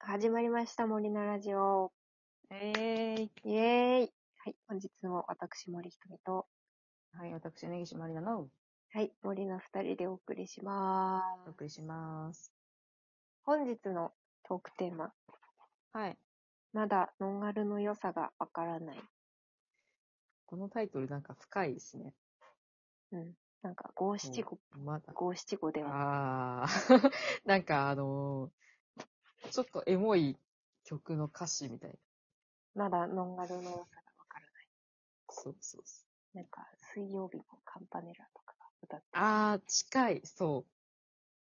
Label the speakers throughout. Speaker 1: 始まりました、森のラジオ。
Speaker 2: えーい、
Speaker 1: イエーイ。はい、本日も私、森ひとみと、
Speaker 2: はい、私、根岸まりなの
Speaker 1: はい、森の二人でお送りしま
Speaker 2: お
Speaker 1: す。
Speaker 2: 送りします。
Speaker 1: 本日のトークテーマ、
Speaker 2: はい。
Speaker 1: まだノンアルの良さがわからない。
Speaker 2: このタイトルなんか深いですね。
Speaker 1: うん。なんか、五七五、
Speaker 2: まだ。
Speaker 1: 五七五では。
Speaker 2: あー、 なんかあのーちょっとエモい曲の歌詞みたいな。
Speaker 1: まだノンアルの良さがわからない。
Speaker 2: そうそうそ
Speaker 1: なんか、水曜日のカンパネラとかが歌って
Speaker 2: う。あー、近い、 そ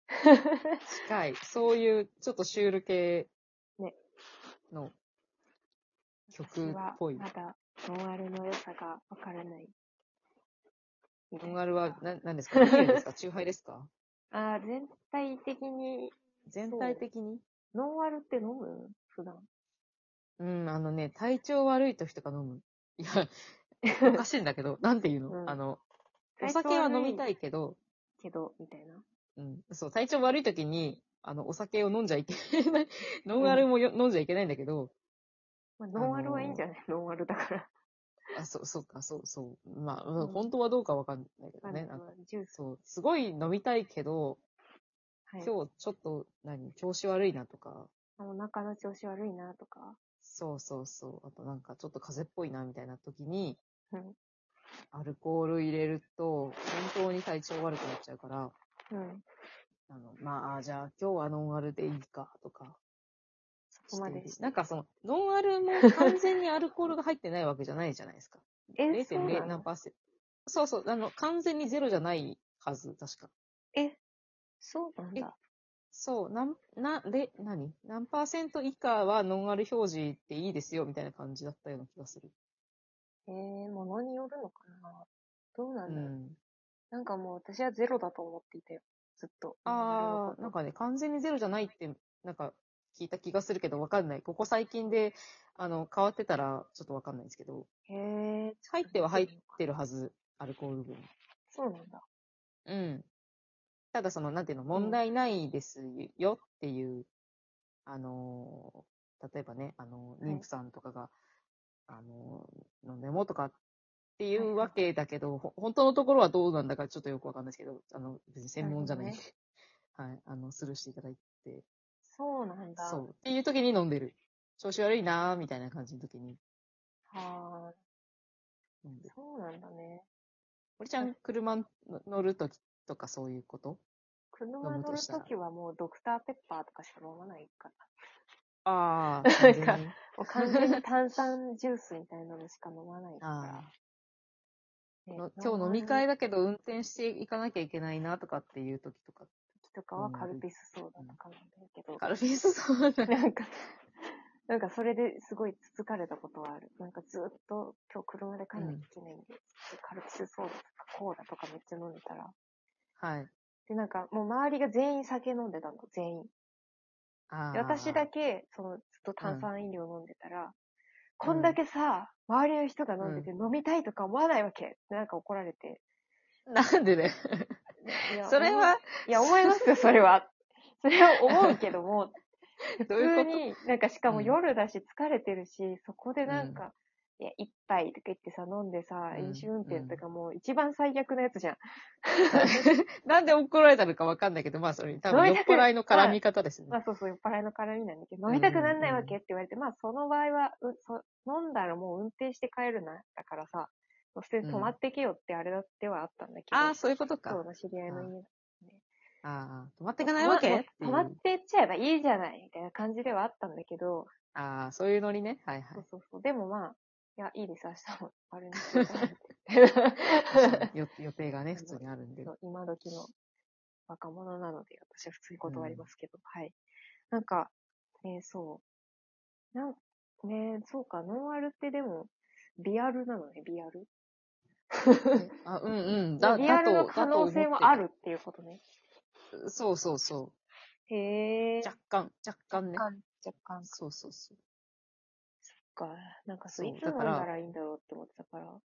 Speaker 2: う。近い。そういう、ちょっとシュール系
Speaker 1: ね
Speaker 2: の曲
Speaker 1: 私
Speaker 2: っ
Speaker 1: は
Speaker 2: ぽい。
Speaker 1: まだノンアルの良さがわからない。
Speaker 2: ノンアルは、な、なんですかビールですかチューハイですか
Speaker 1: あー全体的に、
Speaker 2: 全体的に
Speaker 1: ノンアルって飲む普段。
Speaker 2: うん、あのね、体調悪い時とか飲む。いや、 おかしいんだけど、なんていうの、
Speaker 1: うん
Speaker 2: あの、お酒は飲みた
Speaker 1: い
Speaker 2: いけど、
Speaker 1: けど、みたいな。
Speaker 2: うん、そう、体調悪い時に、あの、お酒を飲んじゃいけない。ノンアルもよ、飲んじゃいけないんだけど、
Speaker 1: まあ、ノンアルはいいんじゃない、 ノンアルだから。
Speaker 2: あ、そう、そうか、そう、そう。まあ、うん
Speaker 1: うん
Speaker 2: 本当はどうかわかんないけどね。
Speaker 1: ま
Speaker 2: な
Speaker 1: あ
Speaker 2: んか
Speaker 1: ジュース。
Speaker 2: そう、すごい飲みたいけど、
Speaker 1: はい。
Speaker 2: 今日ちょっと、何、調子悪いなとか、
Speaker 1: お腹の調子悪いなとか。
Speaker 2: そうそうそう、あとなんかちょっと風邪っぽいなみたいな時に、
Speaker 1: うん。
Speaker 2: アルコール入れると、本当に体調悪くなっちゃうから、
Speaker 1: うん。
Speaker 2: あの、まああ、じゃあ今日はノンアルでいいか、とか。
Speaker 1: そこまで。
Speaker 2: なんかその、ノンア ルも完全にアルコールが入ってないわけじゃないじゃないですか。
Speaker 1: え、そうな
Speaker 2: 0.
Speaker 1: の
Speaker 2: 何パーセント。そうそう、あの、完全にゼロじゃないはず、確か。
Speaker 1: そうなんだ。
Speaker 2: そう、なん、な、で、何何パーセント以下はノンアル表示っていいですよ、みたいな感じだったような気がする。
Speaker 1: えー、ものによるのかなどうな
Speaker 2: うん
Speaker 1: だろう。
Speaker 2: ん。
Speaker 1: なんかもう私はゼロだと思っていたよ。ずっと。
Speaker 2: あー、なんかね、完全にゼロじゃないって、なんか、聞いた気がするけど、わかんない。ここ最近で、あの、変わってたら、ちょっとわかんないんですけど、
Speaker 1: へえー、
Speaker 2: 入っては入ってるはず、アルコール分。
Speaker 1: そうなんだ。
Speaker 2: うん。ただその、なんていうの、問題ないですよっていう、あのー、例えばね、あのー、
Speaker 1: はい
Speaker 2: 妊婦さんとかが、あのー、飲んでもとかってい
Speaker 1: はいは
Speaker 2: う
Speaker 1: い
Speaker 2: わけだけど、ほ本当のところはどうなんだかちょっとよくわかんないですけど、あの、別に専門じゃないんで、
Speaker 1: な
Speaker 2: はい、あの、スルーしていただいて、
Speaker 1: そうなんだ。
Speaker 2: そう。っていう時に飲んでる。調子悪いなーみたいな感じの時に
Speaker 1: はあ、
Speaker 2: 飲んでる。
Speaker 1: そうなんだね。
Speaker 2: 森ちゃん、車の乗る時とかそういうこと
Speaker 1: 車乗るときはもうドクターペッパーとかしか飲まないから。
Speaker 2: あ あ、
Speaker 1: なんか
Speaker 2: 完全に
Speaker 1: もう完全に炭酸ジュースみたいなのしか飲まないか
Speaker 2: ああ。
Speaker 1: ら。ね
Speaker 2: の今日飲み会
Speaker 1: の
Speaker 2: だけど運転していかなきゃいけないなとかっていう時とか。
Speaker 1: 時とかはカルピスソーダとか飲んでるけど、
Speaker 2: カルピスソーダ。
Speaker 1: なんか、なんかそれですごいつつかれたことはある。なんかずっと今日車で帰んなきゃいけないんで、カルピスソーダとかコーラとかめっちゃ飲んでたら。
Speaker 2: はい。
Speaker 1: で、なんかもう周りが全員酒飲んでたの、全員。
Speaker 2: あ
Speaker 1: で私だ
Speaker 2: け。
Speaker 1: け、その、ずっと炭酸飲料飲んでたら、こんだけさ、周りの人が飲んでて飲みたいとか思わないわけ、ってなんか怒られて。
Speaker 2: なんで ね。
Speaker 1: いや
Speaker 2: それは、
Speaker 1: いや、思いますよ、それは。それは思うけども、
Speaker 2: どう
Speaker 1: 普通
Speaker 2: いうこ
Speaker 1: に、なんかしかも
Speaker 2: うん
Speaker 1: 夜だし疲れてるし、そこでなんか、いや、一杯とか言ってさ、飲んでさ、
Speaker 2: うん
Speaker 1: 飲酒運転とかもう一番最悪なやつじゃん。
Speaker 2: となんで怒られたのかわかんないけど、まあそれ多分
Speaker 1: 飲
Speaker 2: 酔
Speaker 1: み
Speaker 2: った
Speaker 1: く
Speaker 2: 払いの絡み方です
Speaker 1: ま
Speaker 2: ね。
Speaker 1: あそうそう、酔っ払いの絡みなんだけど、飲みたくなんないわけって言われて、まあその場合は、うそ飲んだらもう運転して帰るな、だからさ、そして
Speaker 2: うん
Speaker 1: 泊まってけよってあれだってはあったんだけど、
Speaker 2: ああ、そういうこ
Speaker 1: そ
Speaker 2: と
Speaker 1: う
Speaker 2: か。
Speaker 1: の知り合いの家
Speaker 2: ああ、止まっていかないわけってい
Speaker 1: 泊まっ
Speaker 2: う。
Speaker 1: てっちゃえばいいじゃない、みたいな感じではあったんだけど、
Speaker 2: ああ、そういうノリね。はい
Speaker 1: そ
Speaker 2: は
Speaker 1: うそうそう。でもまあ、いや、いいです、明日も。あれに しようかなって
Speaker 2: い。よ 予定がね、普通にあるんで
Speaker 1: そ。う今時の若者なので、私は普通に断りますけど、はい。なんか、ね、そう。なんね、そうか、ノンアルってでも、ビアルなのね、ビアル。
Speaker 2: あ、うんうん。 だ、
Speaker 1: ビア
Speaker 2: だ
Speaker 1: ル
Speaker 2: と、
Speaker 1: の
Speaker 2: だ
Speaker 1: 可
Speaker 2: と
Speaker 1: 能
Speaker 2: 思って
Speaker 1: 性もあるっていうことね。
Speaker 2: た。そうそうそ
Speaker 1: へえ。
Speaker 2: う。若干、若干ね。
Speaker 1: 若干、若干
Speaker 2: そうそうそう。
Speaker 1: か。なんかそう、
Speaker 2: そう
Speaker 1: いつ飲ん
Speaker 2: だから
Speaker 1: だらいいんだろうって思ってたから、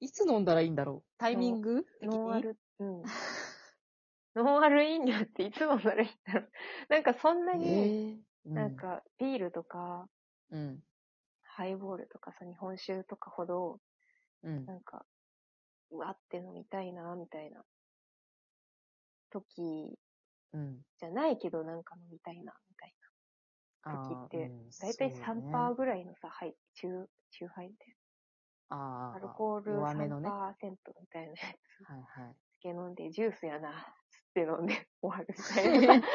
Speaker 2: いつ飲んだらいいんだろうタイミング的に
Speaker 1: ノンアル、 うん。 ノンアル飲料っていつ飲んだらいいんだろう。なんかそんな
Speaker 2: え
Speaker 1: に、
Speaker 2: ーう
Speaker 1: なん、か、ビールとか、
Speaker 2: うん。
Speaker 1: ハイボールとかさ、日本酒とかほど、
Speaker 2: うん
Speaker 1: な。んか、うわって飲みたいな、みたいな、時
Speaker 2: うん。
Speaker 1: じゃないけど、なんか飲みたいな、みたい
Speaker 2: あ
Speaker 1: 時ってな。だいたい3%ぐらいのさ、はい、中、中杯みたい
Speaker 2: あ
Speaker 1: な。
Speaker 2: ーうんそうねあー。
Speaker 1: アルコール
Speaker 2: 弱
Speaker 1: 3%
Speaker 2: めのね。は
Speaker 1: みたいなやつ
Speaker 2: いはい。
Speaker 1: だけ飲んで、ジュースやな、つって飲んで終わるみ たいな。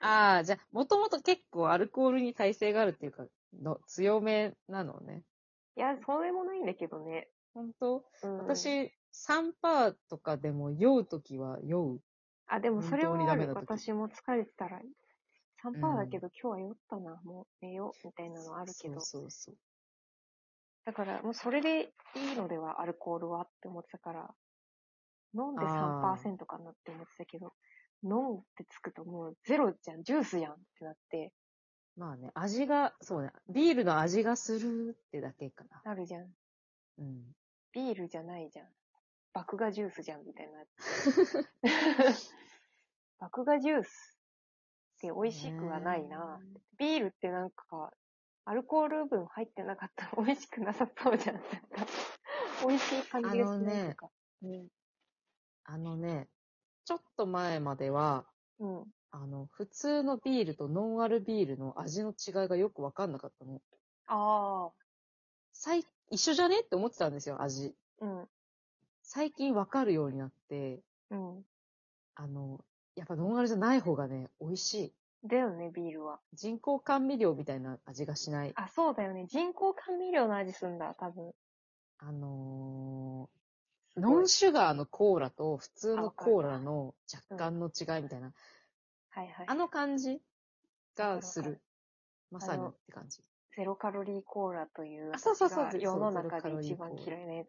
Speaker 2: ああ、じゃあ、もともと結構アルコールに耐性があるっていうか、の強めなのね。
Speaker 1: いや、それもないんだけどね。
Speaker 2: 本当
Speaker 1: うん、
Speaker 2: 私、3%とかでも酔うときは酔う。
Speaker 1: あ、でもそれ
Speaker 2: 本当
Speaker 1: も
Speaker 2: に
Speaker 1: あ
Speaker 2: ダメ
Speaker 1: る。
Speaker 2: な時
Speaker 1: 私も疲れてたら、3%
Speaker 2: うん
Speaker 1: だけど今日は酔ったな、もう寝よう、みたいなのあるけど。
Speaker 2: そうそうそう。
Speaker 1: だから、もうそれでいいのでは、アルコールはって思ってたから、飲んで
Speaker 2: あー
Speaker 1: 3%かなって思ってたけど、飲んってつくともうゼロじゃん、ジュースやんってなって、
Speaker 2: まあね、味が、そうね、ビールの味がするってだけかな。
Speaker 1: なるじゃん。
Speaker 2: うん。
Speaker 1: ビールじゃないじゃん。麦芽ジュースじゃん、みたいな。 麦芽ジュースって美味しくはないな。
Speaker 2: ね
Speaker 1: ビールってなんか、アルコール分入ってなかった ら美味しくなさそうじゃん。なんか、美味しい感じがしないとか。
Speaker 2: あのね、ちょっと前までは、
Speaker 1: うん。うん。
Speaker 2: あの、普通のビールとノンアルビールの味の違いがよくわかんなかったの。
Speaker 1: ああ。
Speaker 2: 最、一緒じゃねって思ってたんですよ、味。
Speaker 1: うん。
Speaker 2: 最近わかるようになって、
Speaker 1: うん。
Speaker 2: あの、やっぱノンアルじゃない方がね、美味しい。
Speaker 1: だよね、ビールは。
Speaker 2: 人工甘味料みたいな味がしない。
Speaker 1: あ、そうだよね。人工甘味料の味すんだ、多分。
Speaker 2: あのー、
Speaker 1: す
Speaker 2: ノ
Speaker 1: ごい
Speaker 2: ンシュガーのコーラと普通
Speaker 1: あ
Speaker 2: の
Speaker 1: わかる
Speaker 2: コーラの若干の違いみたいな、
Speaker 1: はいはい。
Speaker 2: あの感じがす
Speaker 1: わか
Speaker 2: る。まさに
Speaker 1: あの
Speaker 2: って感じ。
Speaker 1: ゼロカロリーコーラという
Speaker 2: あそうそうそう
Speaker 1: 私が世の中で一番
Speaker 2: そうゼロカロリーコーラ
Speaker 1: 嫌いなや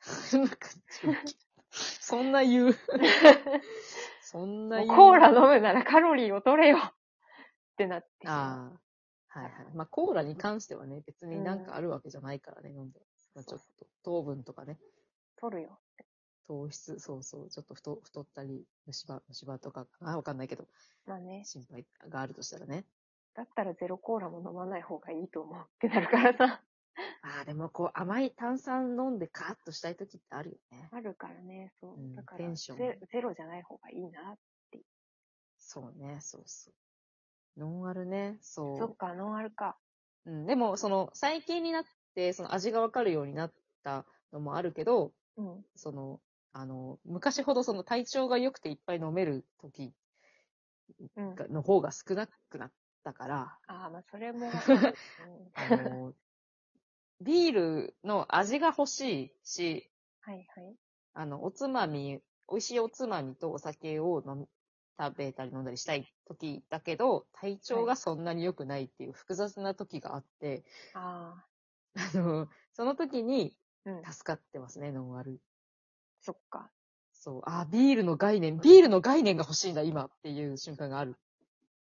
Speaker 1: つ。
Speaker 2: なんかちょっと そんな言う。そんな
Speaker 1: もう
Speaker 2: 言う。
Speaker 1: コーラ飲むならカロリーを取れよってなってしまう。
Speaker 2: ああ。はいはい。まあ、コーラに関してはね、別になんかあるわけじゃないからね、飲んで。まあ、ちょっと糖分とかね、
Speaker 1: 取るよ。
Speaker 2: 糖質、そうそう、ちょっと太太ったり、虫歯、虫歯とかかな、わかんないけど、
Speaker 1: まあね。
Speaker 2: 心配があるとしたらね。
Speaker 1: だったらゼロコーラも飲まない方がいいと思うってなるからさ。
Speaker 2: ああ、でもこう、甘い炭酸飲んでカーッとしたい時ってあるよね。
Speaker 1: あるからね、そう
Speaker 2: うん
Speaker 1: う。だか
Speaker 2: テ
Speaker 1: ら
Speaker 2: ンション
Speaker 1: ゼ、ゼロじゃない方がいいな。
Speaker 2: そうね、そうそう。ノンアルね、そう。
Speaker 1: そっか、ノンアルか。
Speaker 2: うん、でも、その、最近になって、その味がわかるようになったのもあるけど、
Speaker 1: うん。
Speaker 2: その、あの、昔ほどその体調が良くていっぱい飲める時
Speaker 1: うん。
Speaker 2: がの方が少なくなったから、
Speaker 1: ああ、まあそれもわ かる。うん
Speaker 2: あ の、ビールの味が欲しいし、
Speaker 1: はいはい。
Speaker 2: あの、おつまみ、美味しいおつまみとお酒を飲み、食べたり飲んだりしたい時だけど、体調がそんなに良くないっていう複雑な時があって、
Speaker 1: あ
Speaker 2: あの、その時に
Speaker 1: あ。うん。
Speaker 2: 助かってますね、ノンアル。
Speaker 1: そっか。
Speaker 2: そう、あ、ビールの概念、ビールの概念が欲しいんだ、今っていう瞬間がある。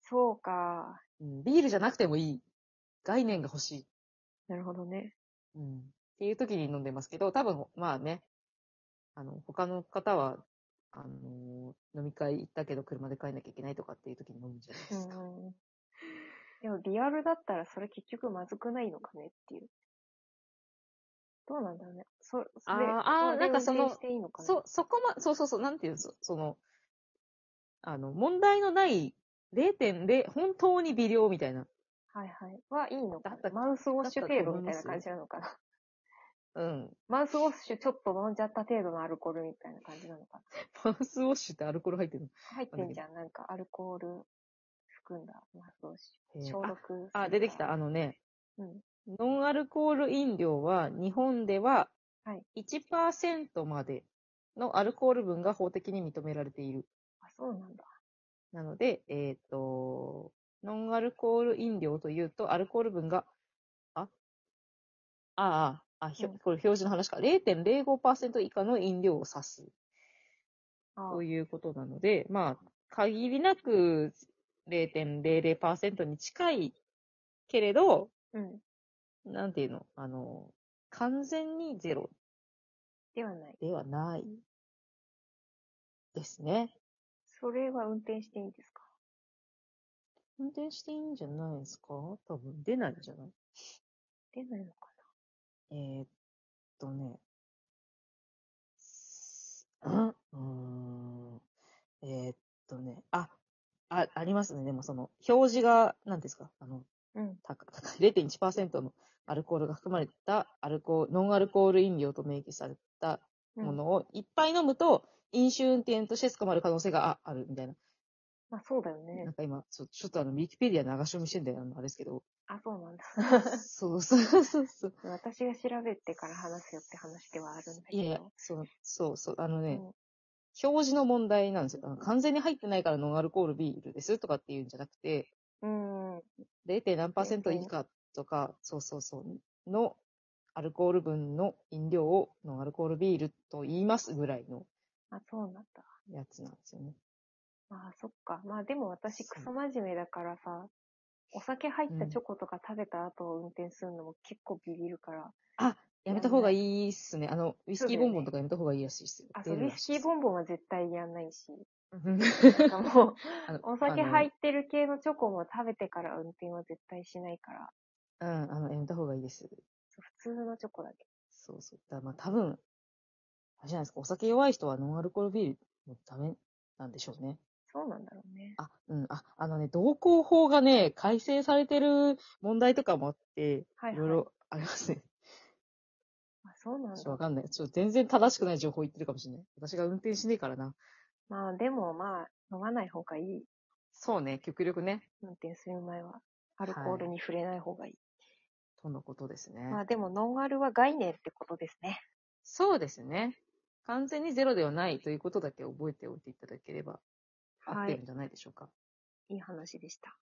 Speaker 1: そうか。
Speaker 2: うん、ビールじゃなくてもいい。概念が欲しい。
Speaker 1: なるほどね。
Speaker 2: うん。っていう時に飲んでますけど、多分、まあね、あの、他の方は、あのー飲み会行ったけど車で帰んなきゃいけないとかっていう時に飲むんじゃないで
Speaker 1: う
Speaker 2: すか。
Speaker 1: んうん。でもリアルだったらそれ結局まずくないのかねっていう。どうなんだろうね。そ、それ、
Speaker 2: あーあー
Speaker 1: れ
Speaker 2: なんかその
Speaker 1: 運転していいのかな
Speaker 2: そ、そこま、そうそうそう、なんていうんですか、その、あの、問題のない0.0、本当に微量みたいな。
Speaker 1: はいはい。はいいのか
Speaker 2: だった
Speaker 1: なマウスウォッシュ
Speaker 2: だった
Speaker 1: 程
Speaker 2: と思
Speaker 1: 度
Speaker 2: い
Speaker 1: み
Speaker 2: ま
Speaker 1: たい
Speaker 2: す
Speaker 1: な感じなのかな
Speaker 2: うん。
Speaker 1: マウスウォッシュちょっと飲んじゃった程度のアルコールみたいな感じなのかな
Speaker 2: パウスウォッシュってアルコール入ってるの
Speaker 1: 入ってんじゃん。なんかアルコール含んだマウスウォッシ
Speaker 2: へー
Speaker 1: ュ。消毒する
Speaker 2: あ、出てき
Speaker 1: か
Speaker 2: た。
Speaker 1: ら。
Speaker 2: あのね、
Speaker 1: うん。
Speaker 2: ノンアルコール飲料は日本では
Speaker 1: はい
Speaker 2: 1%までのアルコール分が法的に認められている。
Speaker 1: あ、そうなんだ。
Speaker 2: なので、えっ、と、ノンアルコール飲料というと、アルコール分が、あああ、あ、ひょ
Speaker 1: うん
Speaker 2: これ表示の話か。0.05%以下の飲料を指す
Speaker 1: あ
Speaker 2: ということなので、まあ、限りなく0.00%に近いけれど、
Speaker 1: うん。
Speaker 2: なんていうの、あの、完全にゼロ
Speaker 1: ではない。
Speaker 2: ではないですね。
Speaker 1: それは運転していいんですか
Speaker 2: 運転していいんじゃないですか多分出ないんじゃない
Speaker 1: 出ないのか
Speaker 2: えー、っとね。 うんうーん。えー、っとね。あ、あ、ありますね。でもその、表示が、何ですかあの、
Speaker 1: なうん。
Speaker 2: 高高い0.1%のアルコールが含まれたアルコール、ノンアルコール飲料と明記された
Speaker 1: うん
Speaker 2: ものをいっぱい飲むと、飲酒運転として捕まる可能性がああるみたいな。
Speaker 1: まあそうだよね
Speaker 2: なん。か今、ちょちょっとあの、ウィキペディア流し読みしてんだよ、あのあれですけど。
Speaker 1: あ、そうなんだ。
Speaker 2: そうそうそうそう。
Speaker 1: 私が調べてから話すよって話で はあるんだけ
Speaker 2: い
Speaker 1: ど。
Speaker 2: やいや、そう、そうそう、あのね、
Speaker 1: うん
Speaker 2: 表示の問題なんですよ。あの完全に入ってないからノンアルコールビールですとかっていうんじゃなくて、
Speaker 1: うん。
Speaker 2: 0. 何パーセント以下とか、そうそうそう、のアルコール分の飲料をノンアルコールビールと言いますぐらいの
Speaker 1: あ、そうなんだ。
Speaker 2: やつなんですよね。
Speaker 1: まあそっか。まあでも私
Speaker 2: そう
Speaker 1: クソ真面目だからさ、お酒入った
Speaker 2: うん
Speaker 1: チョコとか食べた後運転するのも結構ビビるから。
Speaker 2: あ、やめた方がいいっすね。あの、ウイスキーボンボンとかやめた方がいいらしいっすよ。
Speaker 1: あ、そう、ウイスキーボンボンは絶対やんないし。
Speaker 2: ボン
Speaker 1: なんかも う、お酒入
Speaker 2: っ
Speaker 1: ってる系のチョコも食べてから運転は絶対しないから。
Speaker 2: うん、あの、やめた方がいいです。
Speaker 1: そう普通のチョコだけ。
Speaker 2: そうそう。だからまあ多分、あれじゃないですか、お酒弱い人はノンアルコールビールもダメなんでしょうね。
Speaker 1: そうなんだろうね。
Speaker 2: あ、うん、あ、あのね、同行法がね、改正されてる問題とかもあって、
Speaker 1: はいはい
Speaker 2: いろいろありますね。
Speaker 1: あ、そうなんだ
Speaker 2: ちょっと。わかんない。ちょっと全然正しくない情報言ってるかもしれない。私が運転しねえからな。
Speaker 1: まあでもまあ、飲まない方がいい。
Speaker 2: そうね、極力ね。
Speaker 1: 運転する前は。アルコールに触れない方がいい。
Speaker 2: とのことですね。
Speaker 1: まあでもノンアルは概念ってことですね。
Speaker 2: そうですね。完全にゼロではないということだけ覚えておいていただければ、合
Speaker 1: は
Speaker 2: ってる
Speaker 1: い
Speaker 2: ん。じゃないでしょうか。
Speaker 1: いい話でした。